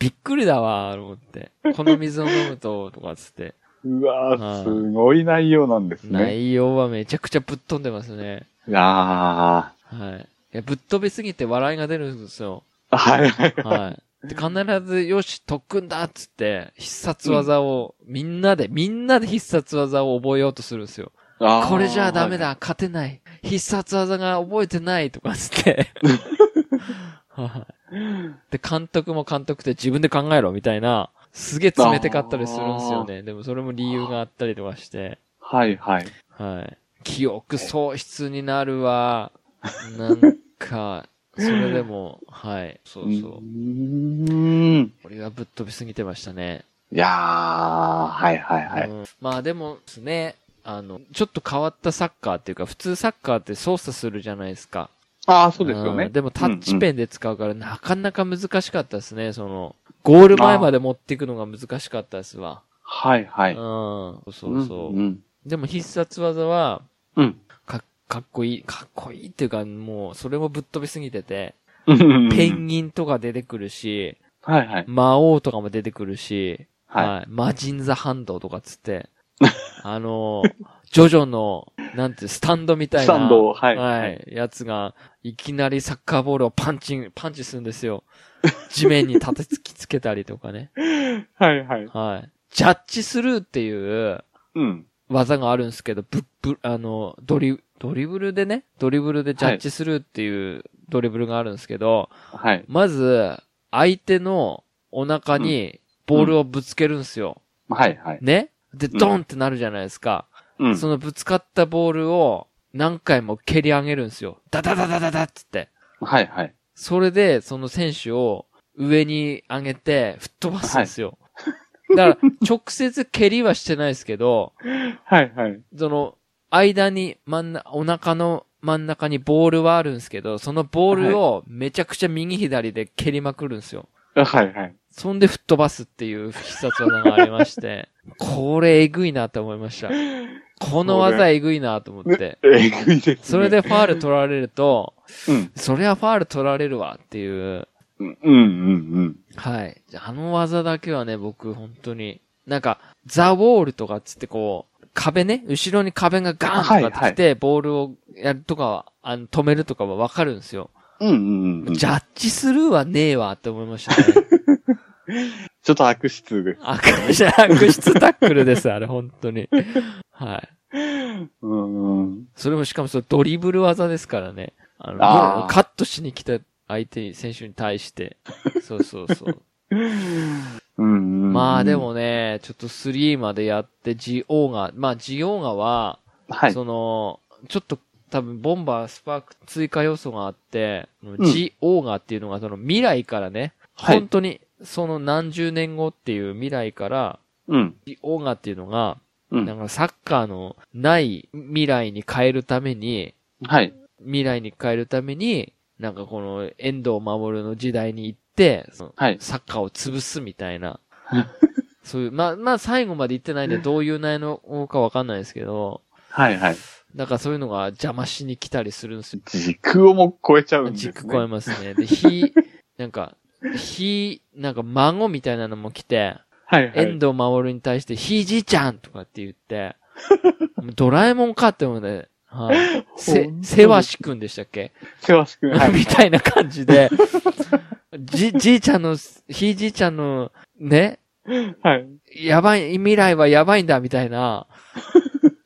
Speaker 1: びっくりだわ、と思って。この水を飲むと、とかっつって。
Speaker 2: う
Speaker 1: は
Speaker 2: わ
Speaker 1: い
Speaker 2: ー、すごい内容なんですね。
Speaker 1: 内容はめちゃくちゃぶっ飛んでますね。
Speaker 2: あ
Speaker 1: はい。いや、ぶっ飛びすぎて笑いが出るんですよ。
Speaker 2: あ。はいはい。
Speaker 1: はい。で、必ず、よし、特訓だっつって、必殺技を、みんなで、みんなで必殺技を覚えようとするんですよ。
Speaker 2: あー
Speaker 1: これじゃダメ。だ、勝てない。必殺技が覚えてないとかつって。はいで、監督も監督って自分で考えろみたいな、すげえ冷てかったりするんですよね。でもそれも理由があったりとかして、
Speaker 2: はいはい。
Speaker 1: はい。記憶喪失になるわ。 なんか、それでも、はい。そうそう
Speaker 2: うーん。
Speaker 1: 俺はぶっ飛びすぎてましたね。
Speaker 2: いやー、はいはいは
Speaker 1: う
Speaker 2: い。
Speaker 1: んまあでもですね、あの、ちょっと変わったサッカーっていうか、普通サッカーって操作するじゃないですか。
Speaker 2: ああ、そうですよね
Speaker 1: ん。でもタッチペンで使うからなかなか難しかったですね、その、ゴール前まで持っていくのが難しかったですわ。
Speaker 2: はいは
Speaker 1: うん。
Speaker 2: い。
Speaker 1: そうそうそうう。
Speaker 2: ん。
Speaker 1: でも必殺技は、
Speaker 2: うん。
Speaker 1: か、かっこいい、かっこいいっていうか、もう、それもぶっ飛びすぎてて、
Speaker 2: うん
Speaker 1: ペンギンとか出てくるし、
Speaker 2: はいはい。
Speaker 1: 魔王とかも出てくるし、
Speaker 2: はい。
Speaker 1: い。マジンザハンドとかつって、 あの、ジョジョの、なんて、スタンドみたいな。
Speaker 2: スタンドをはい
Speaker 1: はい。やつが、いきなりサッカーボールをパンチン、パンチするんですよ。地面に立てつきつけたりとかね。
Speaker 2: はいはい。
Speaker 1: はい。ジャッジスルーっていう
Speaker 2: うん。
Speaker 1: 技があるんですけど、ぶっぶ、あの、ドリ、ドリブルでね、ドリブルでジャッジスルーっていうドリブルがあるんですけど、
Speaker 2: はい。
Speaker 1: まず、相手のお腹にボールをぶつけるんですよ。
Speaker 2: はいはい。
Speaker 1: ねで、
Speaker 2: うん
Speaker 1: ドンってなるじゃないですか。
Speaker 2: うん。
Speaker 1: そのぶつかったボールを何回も蹴り上げるんですよ。ダダダダダダっつって。
Speaker 2: はいはい。
Speaker 1: それで、その選手を上に上げて吹っ飛ばすんですよ。だから、直接蹴りはしてないですけど、
Speaker 2: はいはい。
Speaker 1: その、間に真ん中、お腹の真ん中にボールはあるんですけど、そのボールをめちゃくちゃ右左で蹴りまくるんですよ。
Speaker 2: はいはい。
Speaker 1: そんで吹っ飛ばすっていう必殺技がありま して、これえぐいなと思いました。この技えぐいなと思って。
Speaker 2: えぐいですね。
Speaker 1: それでファール取られると、
Speaker 2: うん。
Speaker 1: そりゃファール取られるわっていう。
Speaker 2: うんうん
Speaker 1: はい。あの技だけはね、僕本当に。なんか、ザ・ウォールとかっつってこう、壁ね、後ろに壁がガーンとかってきて、ボールをやるとかは、あの、止めるとかはわかるんですよ。
Speaker 2: うん。うんうんうん。
Speaker 1: ジャッジスルーはねえわって思いましたね。
Speaker 2: ちょっと悪質です。
Speaker 1: 悪質、悪質タックルです、あれ、本当に。はい。
Speaker 2: うんうん。
Speaker 1: それもしかもそのドリブル技ですからね。あの、
Speaker 2: あー
Speaker 1: もうカットしに来た相手、選手に対して。そうそうそう。
Speaker 2: うん うんうん
Speaker 1: まあで、もね、ちょっと3までやって、ジオーガ、まあジオーガは、
Speaker 2: はい。
Speaker 1: その、ちょっと多分ボンバースパーク追加要素があって、
Speaker 2: ん
Speaker 1: ジオーガっていうのがその未来からね、
Speaker 2: はい
Speaker 1: 本当にその何十年後っていう未来から、
Speaker 2: うん。
Speaker 1: ジオーガっていうのが、
Speaker 2: う
Speaker 1: なん
Speaker 2: ん。
Speaker 1: かサッカーのない未来に変えるために、
Speaker 2: はい。
Speaker 1: 未来に変えるために、なんかこの遠藤守の時代に行って、その
Speaker 2: はい。
Speaker 1: サッカーを潰すみたい な。そういう、まあ、まあ最後まで行ってないんでどういう内容かわかんないですけど、
Speaker 2: はいはい。
Speaker 1: なんかそういうのが邪魔しに来たりするんですよ。
Speaker 2: 時空をもう超えちゃうんですね。
Speaker 1: 軸超えますね。で、ひ、なんか、ひ、なんか孫みたいなのも来て、
Speaker 2: はいはい。
Speaker 1: 遠藤守に対して、ひいじいちゃんとかって言っ て、もうドラえもんかって思うね。 はい。
Speaker 2: 本
Speaker 1: せ
Speaker 2: 当、に
Speaker 1: せわしくんでしたっけ、
Speaker 2: せわしく ん。は
Speaker 1: み
Speaker 2: い。
Speaker 1: たいな感じで、じ、じいちゃんの、ひいじいちゃんの、ね、
Speaker 2: はい。
Speaker 1: やばい、未来はやばいんだ、みたい な、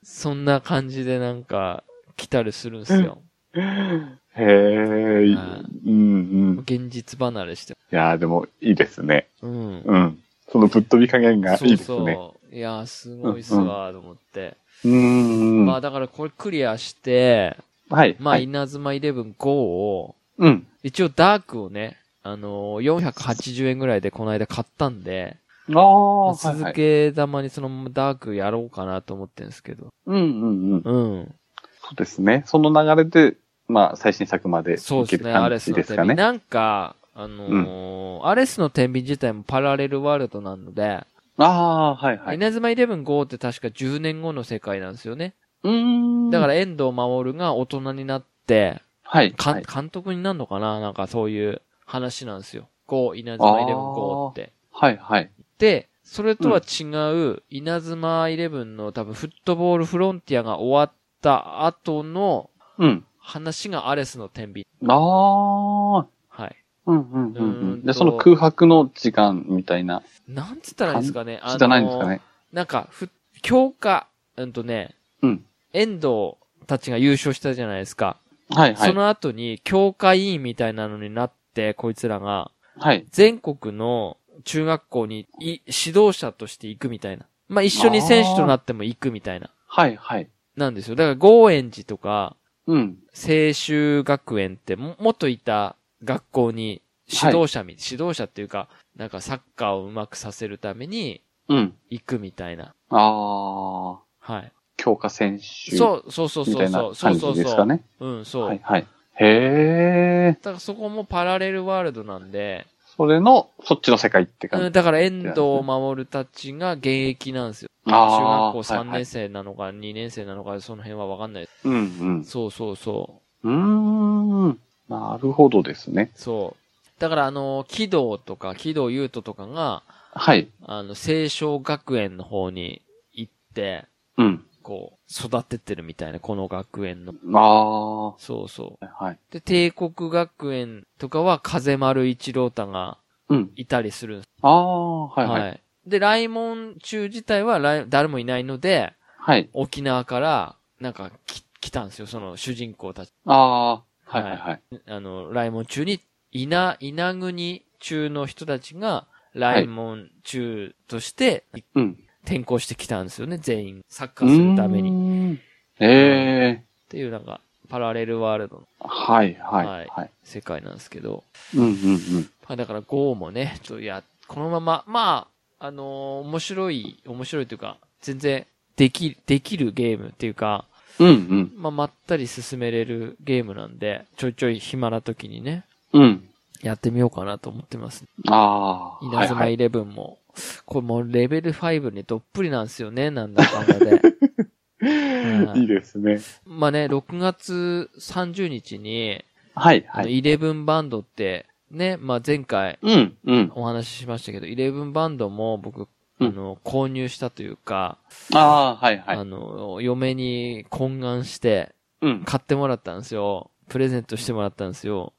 Speaker 1: そんな感じでなんか、来たりするんですよ。
Speaker 2: へえ、うんうん。
Speaker 1: 現実離れして。
Speaker 2: いやーでも、いいですね。
Speaker 1: うん。
Speaker 2: うん。そのぶっ飛び加減がい
Speaker 1: そう
Speaker 2: いですね。
Speaker 1: そう。いやー、すごいっすわ、と思って。
Speaker 2: うーん。
Speaker 1: まあだからこれクリアして、
Speaker 2: はい。
Speaker 1: まあ、
Speaker 2: はい。
Speaker 1: 稲妻11-5を、
Speaker 2: うん。
Speaker 1: 一応ダークをね、あのー480円ぐらいでこの間買ったんで、
Speaker 2: ああ、はいは
Speaker 1: 続
Speaker 2: い。
Speaker 1: け玉にそのままダークやろうかなと思ってるんですけど。
Speaker 2: うんうんうん。
Speaker 1: うん。
Speaker 2: そうですね。その流れで、まあ、最新作まで
Speaker 1: そう
Speaker 2: い
Speaker 1: で
Speaker 2: け
Speaker 1: す
Speaker 2: る
Speaker 1: ね、ア
Speaker 2: 感
Speaker 1: レス
Speaker 2: じ
Speaker 1: の
Speaker 2: です
Speaker 1: 天
Speaker 2: か
Speaker 1: 秤。
Speaker 2: ね。
Speaker 1: なんか、あのーアレスの天秤自体もパラレルワールドなので、
Speaker 2: ああー、はいはい。
Speaker 1: 稲妻11-5って確か10年後の世界なんですよね。
Speaker 2: うーん。
Speaker 1: だから、遠藤守が大人になって、
Speaker 2: はい。
Speaker 1: か
Speaker 2: はい。
Speaker 1: 監督になるのかななんかそういう話なんですよ。5、稲妻11-5って。
Speaker 2: はいはい。
Speaker 1: で、それとは違う、稲妻イレブンの多分フットボールフロンティアが終わった後の
Speaker 2: うん。
Speaker 1: 話がアレスの天秤。
Speaker 2: ああ。
Speaker 1: はい。
Speaker 2: うんうんうん
Speaker 1: う
Speaker 2: う
Speaker 1: ーん
Speaker 2: ん。
Speaker 1: と
Speaker 2: で、その空白の時間みたいな、
Speaker 1: なんつったらいいんですかね
Speaker 2: じゃないんですか
Speaker 1: あの
Speaker 2: ね。
Speaker 1: なんか、ふ、強化、うんとね、
Speaker 2: うん。
Speaker 1: 遠藤たちが優勝したじゃないですか。
Speaker 2: はいは
Speaker 1: そ
Speaker 2: い。
Speaker 1: の後に、強化委員みたいなのになって、こいつらが、
Speaker 2: はい。
Speaker 1: 全国の中学校にい、指導者として行くみたいな。まあ、一緒に選手となっても行くみたいな。
Speaker 2: はいはい。
Speaker 1: なんですよ。だから、ゴーエンジとか、
Speaker 2: うん。
Speaker 1: 青州学園っても、元いた学校に指導者み、指導者っていうか、なんかサッカーをうまくさせるために
Speaker 2: うん。
Speaker 1: 行くみたいな。
Speaker 2: ああ。
Speaker 1: はい。
Speaker 2: 強化選手。
Speaker 1: そう、そうそう
Speaker 2: み
Speaker 1: そ
Speaker 2: た
Speaker 1: う
Speaker 2: いな
Speaker 1: そう。そう
Speaker 2: 感
Speaker 1: そ
Speaker 2: じ
Speaker 1: う
Speaker 2: です
Speaker 1: そ
Speaker 2: か
Speaker 1: う。
Speaker 2: ね。
Speaker 1: うん、そう。
Speaker 2: はいはい。へえ。
Speaker 1: だからそこもパラレルワールドなんで、
Speaker 2: それの、そっちの世界って感じ。
Speaker 1: うん、だから遠藤守たちが現役なんですよ。中学
Speaker 2: あ
Speaker 1: 校
Speaker 2: ー
Speaker 1: 3
Speaker 2: はいは
Speaker 1: 年
Speaker 2: い
Speaker 1: 生なのか2年生なのか、その辺はわかんないで
Speaker 2: うん
Speaker 1: す。そうそうそう。
Speaker 2: うん。うーん。なるほどですね。
Speaker 1: そう。だからあの、木道とか、木道優斗とかが、
Speaker 2: はい。
Speaker 1: あの、清少学園の方に行って、
Speaker 2: うん。
Speaker 1: こう、育ててるみたいな、この学園の。
Speaker 2: ああ。は
Speaker 1: そうそう。
Speaker 2: いはい。
Speaker 1: で、帝国学園とかは風丸一郎太が
Speaker 2: うん。
Speaker 1: いたりするんです。
Speaker 2: ああ、はいはい。
Speaker 1: い。で、来門中自体は来誰もいないので、
Speaker 2: はい。
Speaker 1: 沖縄から、なんか、き来たんですよ、その主人公たち。
Speaker 2: ああ、はいはいはい。
Speaker 1: あの、来門中に、稲、稲国中の人たちが、来門中として
Speaker 2: うん。
Speaker 1: 転校してきたんですよね、全員。サッカ
Speaker 2: う
Speaker 1: ーす
Speaker 2: ー
Speaker 1: る
Speaker 2: ん
Speaker 1: ために。っ。
Speaker 2: ええ
Speaker 1: ていう、なんか、パラレルワールドの
Speaker 2: はいはい
Speaker 1: はい
Speaker 2: はい。
Speaker 1: 世界なんですけど。
Speaker 2: うんうんうん。
Speaker 1: まあだから GO もね、ちょっといや、このまま、まあ、あのー面白い、面白いというか、全然、でき、できるゲームっていうか、
Speaker 2: うんうん。
Speaker 1: まあ、まったり進めれるゲームなんで、ちょいちょい暇な時にね、
Speaker 2: うん。
Speaker 1: やってみようかなと思ってます。
Speaker 2: ああ。
Speaker 1: 稲妻
Speaker 2: はいはい
Speaker 1: イレブンも。これもうレベル5にどっぷりなんですよね、なんだかんだで。 うん
Speaker 2: いいですね。
Speaker 1: まあね、6月30日に、
Speaker 2: はいは
Speaker 1: あの
Speaker 2: い。
Speaker 1: イレブンバンドって、ね、まあ前回
Speaker 2: うんうん。
Speaker 1: お話ししましたけど、イレブンバンドも僕、あ
Speaker 2: うん
Speaker 1: の、購入したというか、
Speaker 2: ああ、はいは
Speaker 1: あ
Speaker 2: い。
Speaker 1: の、嫁に懇願して、
Speaker 2: うん。
Speaker 1: 買ってもらったんですよ。プレゼントしてもらったんですよ。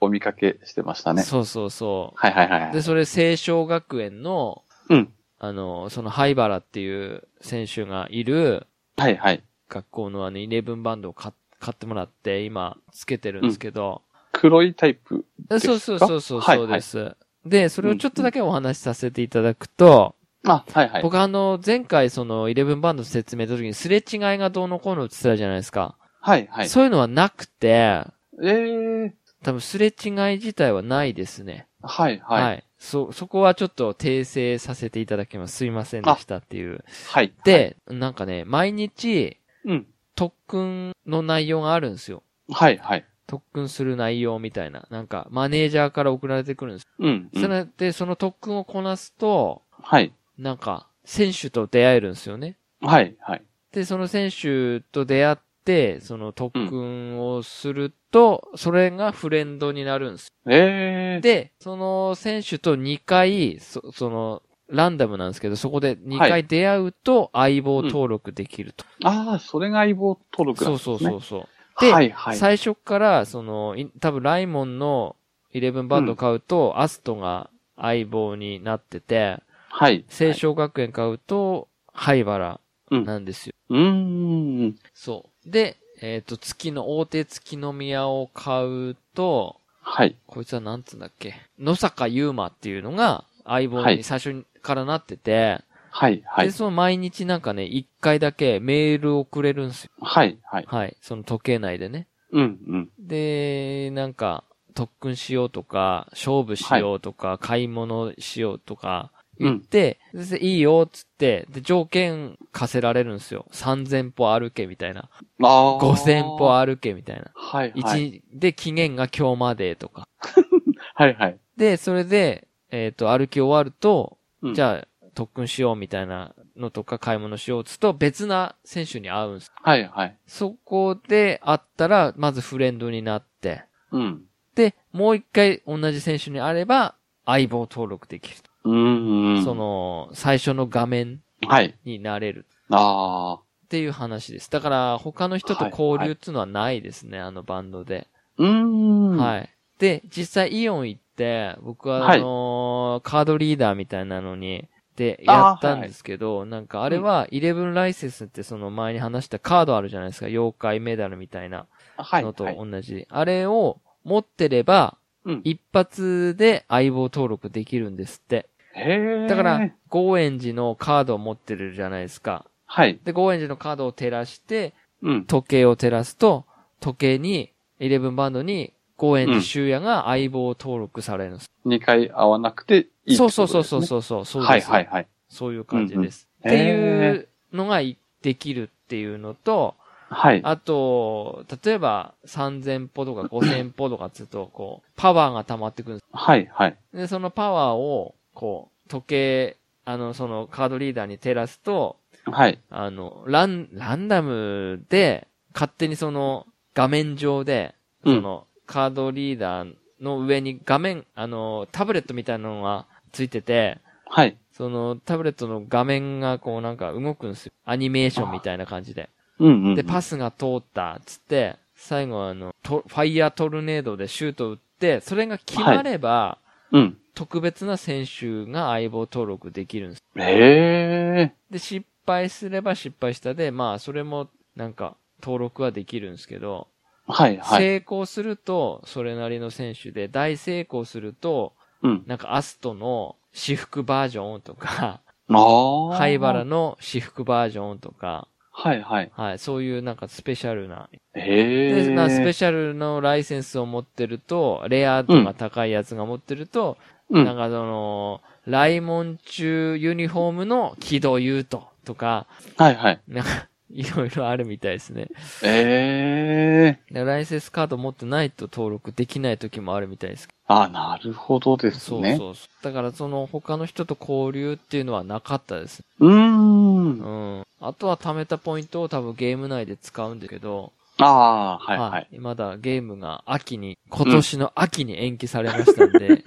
Speaker 2: おお見かけしてましたね。
Speaker 1: そうそうそ
Speaker 2: はいはいは
Speaker 1: う。
Speaker 2: いは
Speaker 1: で、
Speaker 2: い。
Speaker 1: それ、清少学園の、
Speaker 2: うん。
Speaker 1: あの、その、灰原っていう選手がいる
Speaker 2: はいはい。
Speaker 1: 学校のあの、イレブンバンドを買っ買ってもらって、今、つけてるんですけど、
Speaker 2: 黒いタイプ。です
Speaker 1: そ
Speaker 2: か
Speaker 1: うそうそうそう、
Speaker 2: はい
Speaker 1: そうです。で、それをちょっとだけお話しさせていただくと、
Speaker 2: あ、はいはい。
Speaker 1: 僕あの、前回その、イレブンバンドの説明の時にすれ違いがどうのこうのって言ってたじゃないですか。
Speaker 2: はいはい。
Speaker 1: そういうのはなくて、
Speaker 2: ええ。
Speaker 1: 多分すれ違い自体はないですね。
Speaker 2: はいはい。
Speaker 1: そ、そこはちょっと訂正させていただきます。すいませんでしたっていう。
Speaker 2: はい。
Speaker 1: で、なんかね、毎日、
Speaker 2: うん。
Speaker 1: 特訓の内容があるんですよ。
Speaker 2: はいはい。
Speaker 1: 特訓する内容みたいな。なんか、マネージャーから送られてくるんです。
Speaker 2: うん。うん
Speaker 1: それで、その特訓をこなすと、
Speaker 2: はい。
Speaker 1: なんか、選手と出会えるんですよね。
Speaker 2: はいはい。
Speaker 1: で、その選手と出会って、その特訓をすると、それがフレンドになるんです。
Speaker 2: ええ。
Speaker 1: で、その選手と2回、そその、ランダムなんですけど、そこで2回出会うと相棒登録できると。
Speaker 2: ああ、それが相棒登録なん
Speaker 1: そ
Speaker 2: で
Speaker 1: う
Speaker 2: すね。
Speaker 1: そうそうそう。で
Speaker 2: はいはい。
Speaker 1: 最初から、その、い多分ライモンの11バンド買うと、アストが相棒になってて、
Speaker 2: はい。
Speaker 1: 清少学園買うと、灰原なんですよ。
Speaker 2: うーん。
Speaker 1: そう。で、えっ、と、月の、大手月の宮を買うと、
Speaker 2: はい。
Speaker 1: こいつはなんつうんだっけ、野坂優馬っていうのが相棒
Speaker 2: は
Speaker 1: に
Speaker 2: い
Speaker 1: 最初からなってて、
Speaker 2: はい、は
Speaker 1: で、
Speaker 2: い。
Speaker 1: その毎日なんかね、一回だけメールをくれるんですよ。
Speaker 2: はい、はい。
Speaker 1: はい。その時計内でね。
Speaker 2: うん、うん。
Speaker 1: で、なんか、特訓しようとか、勝負しようとか、買い物しようとか、言って、でいいよ、っつって、で、条件課せられるんですよ。3000歩歩け、みたいな。
Speaker 2: ああ。
Speaker 1: 5000歩歩け、みたいな。
Speaker 2: はい、
Speaker 1: 一、
Speaker 2: はい。
Speaker 1: で、期限が今日までとか。
Speaker 2: はい、はい。
Speaker 1: で、それで、えっ、と、歩き終わると、じ
Speaker 2: あ。
Speaker 1: ゃあ、特訓しようみたいなのとか、買い物しようっつうと、別な選手に会うんです。
Speaker 2: はい、はい。
Speaker 1: そこで会ったら、まずフレンドになって、
Speaker 2: うん。
Speaker 1: で、もう一回同じ選手に会えれば、相棒登録できると。
Speaker 2: うーん。
Speaker 1: そ。の、最初の画面
Speaker 2: はい。
Speaker 1: になれる
Speaker 2: ああ。
Speaker 1: っていう話です。だから、他の人と交流っつうのはないですね、あのバンドで。
Speaker 2: うーん。。
Speaker 1: はいい。で、実際イオン行って、僕は
Speaker 2: は
Speaker 1: あ
Speaker 2: い
Speaker 1: のーカードリーダーみたいなのに、で、
Speaker 2: あー
Speaker 1: やったんですけど、なんかあれは、イレブンライセンスってその前に話したカードあるじゃないですか、妖怪メダルみたいな
Speaker 2: はい。
Speaker 1: のと
Speaker 2: はい
Speaker 1: 同じ。あれを持ってれば、
Speaker 2: うん。
Speaker 1: 一発で相棒登録できるんですって。
Speaker 2: へえ。
Speaker 1: だから、、ゴーエンジのカードを持ってるじゃないですか。
Speaker 2: はい。
Speaker 1: で、ゴーエンジのカードを照らして、
Speaker 2: うん。
Speaker 1: 時計を照らすと、時計に、イレブンバンドに、ゴーエンジ修也が相棒登録されるんです。
Speaker 2: 二回合わなくていいってことですね。
Speaker 1: そうそうそうそうそうそう、そうです、
Speaker 2: はい、はい、はい。
Speaker 1: そういう感じです。
Speaker 2: うんうん
Speaker 1: っていうのがいできるっていうのと、
Speaker 2: はい。
Speaker 1: あと、例えば3000歩とか5000歩とかっつうと、こう、パワーが溜まってくるんで
Speaker 2: はい、はい。
Speaker 1: す。で、そのパワーを、こう、時計、あの、そのカードリーダーに照らすと、
Speaker 2: はい。
Speaker 1: あの、ラン、ランダムで、勝手にその画面上で、
Speaker 2: う
Speaker 1: そ
Speaker 2: ん
Speaker 1: のカードリーダーの上に画面、あの、タブレットみたいなのがついてて、
Speaker 2: はい。
Speaker 1: そのタブレットの画面がこうなんか動くんですよ。アニメーションみたいな感じで。
Speaker 2: うんうんうん。
Speaker 1: で、パスが通った、つって、最後はあの、トファイヤートルネードでシュート打って、それが決まれば、
Speaker 2: うん。
Speaker 1: 特別な選手が相棒登録できるんです
Speaker 2: へえ。
Speaker 1: で、失敗すれば失敗したで、まあ、それも、なんか、登録はできるんですけど、
Speaker 2: はい、はい。
Speaker 1: 成功すると、それなりの選手で、大成功すると、
Speaker 2: うん。
Speaker 1: なんか、アストの私服バージョンとか、
Speaker 2: ああ。
Speaker 1: 灰原。の私服バージョンとか、
Speaker 2: はい、はい。
Speaker 1: はい、そういうなんかスペシャルな。
Speaker 2: へ
Speaker 1: で、
Speaker 2: え。
Speaker 1: なスペシャルのライセンスを持ってると、レア度が高いやつが持ってると、
Speaker 2: う
Speaker 1: なん
Speaker 2: ん。
Speaker 1: かその、来門中ユニフォームの木戸優斗とか、
Speaker 2: はい、はい。
Speaker 1: なんか、いろいろあるみたいですね。
Speaker 2: ええ。
Speaker 1: でライセンスカード持ってないと登録できない時もあるみたいですけ
Speaker 2: あ、なるほどで
Speaker 1: ど。
Speaker 2: す
Speaker 1: そう
Speaker 2: ね。
Speaker 1: そうそう。だからその他の人と交流っていうのはなかったです。
Speaker 2: う
Speaker 1: う
Speaker 2: ーん。
Speaker 1: ん。あとは貯めたポイントを多分ゲーム内で使うんだけど、
Speaker 2: ああ、はい、はい。
Speaker 1: まだゲームが秋に、今年の秋に延期されましたんで、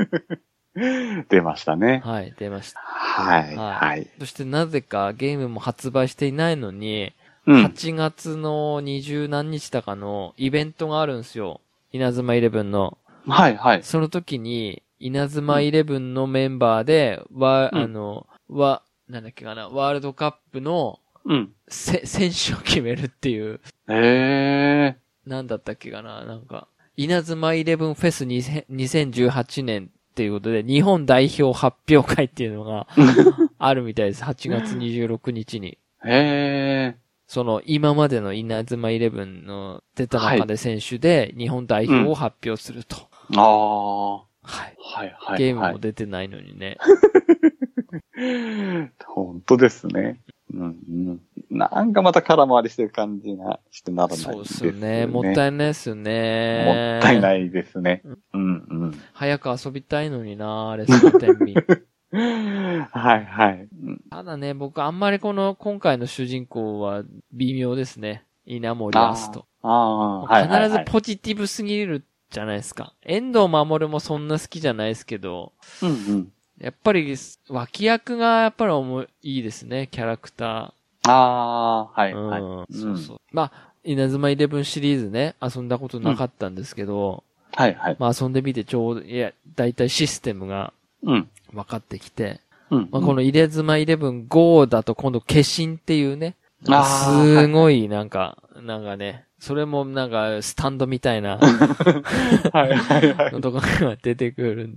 Speaker 2: 出ましたね。
Speaker 1: はい、出ました。
Speaker 2: はい、
Speaker 1: はい
Speaker 2: はい。
Speaker 1: そしてなぜかゲームも発売していないのに、
Speaker 2: うん。
Speaker 1: 8月の20何日だかのイベントがあるんですよ。稲妻イレブンの。
Speaker 2: はい、はい。
Speaker 1: その時に、稲妻イレブンのメンバーで、わ、
Speaker 2: うん
Speaker 1: あの、わ、なんだっけかな、ワールドカップの、
Speaker 2: うん。
Speaker 1: せ、 選手を決めるっていう、
Speaker 2: へえ。
Speaker 1: なんだったっけかな、なんか、稲妻イレブンフェス2000 2018年っていうことで、日本代表発表会っていうのが あるみたいです。8月26日に。
Speaker 2: へえ。
Speaker 1: その、今までの稲妻イレブンの出た中で選手で、日本代表を発表すると。
Speaker 2: ああ。は
Speaker 1: はい。
Speaker 2: い、はい。
Speaker 1: ゲーム
Speaker 2: はい
Speaker 1: も出てないのにね。
Speaker 2: 本当ですね。うんうん、なんかまた空回りしてる感じがしてならないです、ね。
Speaker 1: そうっすよね。もった
Speaker 2: い
Speaker 1: いないっすよね。
Speaker 2: もったい
Speaker 1: い。
Speaker 2: ないですね。うん
Speaker 1: 早く遊びたいのにな、レスの天秤。
Speaker 2: うん。はいはい。うん
Speaker 1: ただね、僕あんまりこの今回の主人公は微妙ですね。稲森アスト。
Speaker 2: ああ、はいはい、
Speaker 1: 必
Speaker 2: は
Speaker 1: ず
Speaker 2: い。
Speaker 1: ポジティブすぎるじゃないですか。遠藤守もそんな好きじゃないですけど、
Speaker 2: うんうん。
Speaker 1: やっぱり脇役がやっぱり重いいいですね、キャラクタ
Speaker 2: ああー、は
Speaker 1: ー。
Speaker 2: いはい。
Speaker 1: うん。そうそう。まあ、稲妻イレブンシリーズね、遊んだことなかったんですけど、
Speaker 2: はいはい。
Speaker 1: まあ遊んでみてちょうど、いや、だいたいシステムが
Speaker 2: うん。
Speaker 1: 分かってきて、
Speaker 2: うん。
Speaker 1: まあ、この入れ妻イレブン5だと今度化身っていうね、
Speaker 2: あー
Speaker 1: すごいなんか、なんかね、それもなんかスタンドみたいな
Speaker 2: はいはいはい。
Speaker 1: のとかが出てくる。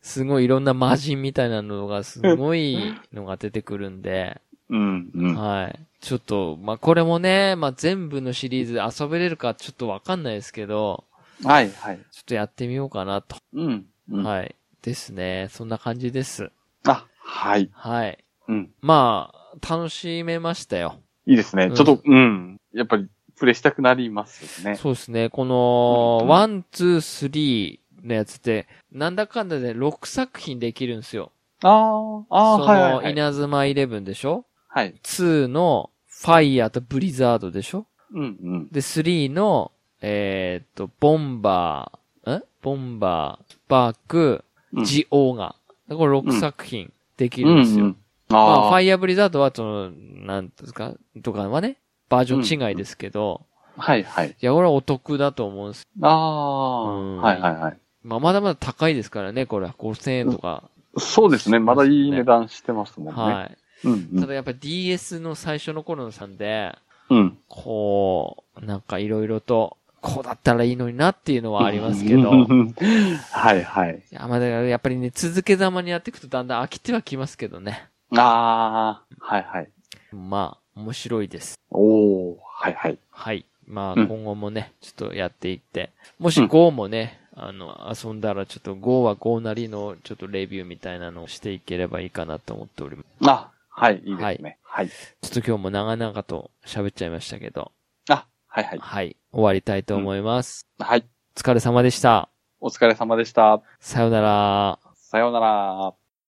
Speaker 1: すごいいろんな魔人みたいなのがすごいのが出てくるんで、
Speaker 2: うんうん。
Speaker 1: はい。ちょっと、まあ、これもね、まあ、全部のシリーズ遊べれるかちょっとわかんないですけど、
Speaker 2: はいはい。
Speaker 1: ちょっとやってみようかなと。
Speaker 2: うん。うん、い。
Speaker 1: はい。ですね。そんな感じです。
Speaker 2: あ、はい。
Speaker 1: はい。
Speaker 2: うん。
Speaker 1: まあ、楽しめましたよ。
Speaker 2: いいですね。
Speaker 1: うん
Speaker 2: ちょっと、うん。やっぱり、プレイしたくなりますよね。
Speaker 1: そうですね。この、
Speaker 2: うん
Speaker 1: ワン、ツー、スリーのやつって、なんだかんだで6作品できるんですよ。
Speaker 2: ああ、ああ
Speaker 1: その、
Speaker 2: ー、はいはい、はい。
Speaker 1: 稲妻イレブンでしょ
Speaker 2: はい。
Speaker 1: ?2 の、ファイヤーとブリザードでしょ
Speaker 2: うんうん。
Speaker 1: で、3の、えーっと、ボンバー、んボンバー、スパーク、
Speaker 2: うん
Speaker 1: ジオーガ。これ
Speaker 2: う
Speaker 1: 6
Speaker 2: ん
Speaker 1: 作品できるんですよ。
Speaker 2: ううん
Speaker 1: ま
Speaker 2: あ
Speaker 1: あ、
Speaker 2: あ、
Speaker 1: ファイヤーブリザードは、その、なんですかとかはね、バージョン違いですけど、
Speaker 2: はいはい。
Speaker 1: いや、これはお得だと思うんです
Speaker 2: あ
Speaker 1: うん
Speaker 2: あ、はいはいはい。
Speaker 1: まあ、まだまだ高いですからね、これは5000円とか。
Speaker 2: そうですね。まだいい値段してますもんね。
Speaker 1: は
Speaker 2: うん
Speaker 1: い。
Speaker 2: う
Speaker 1: た
Speaker 2: ん。
Speaker 1: だやっぱ DS の最初の頃のさんで、
Speaker 2: うん。
Speaker 1: こう、なんかいろいろと、こうだったらいいのになっていうのはありますけど、
Speaker 2: うん
Speaker 1: い
Speaker 2: うん はいはい。
Speaker 1: や、まあだからやっぱりね、続けざまにやっていくとだんだん飽きてはきますけどね。
Speaker 2: ああ、はいはい。
Speaker 1: まあ、面白いです。
Speaker 2: おー、はいはい。
Speaker 1: はい。まあ、
Speaker 2: うん
Speaker 1: 今後もね、ちょっとやっていって、もし GO もね、あの、遊んだらちょっと GO は GO なりのちょっとレビューみたいなのをしていければいいかなと思っております。
Speaker 2: あ、はい、いいですね。はい。
Speaker 1: ちょっと今日も長々と喋っちゃいましたけど、
Speaker 2: あ、はいはい。
Speaker 1: はい。終わりたいと思います。
Speaker 2: はい。
Speaker 1: お疲れ様でした。
Speaker 2: お疲れ様でした。
Speaker 1: さようなら。
Speaker 2: さようなら。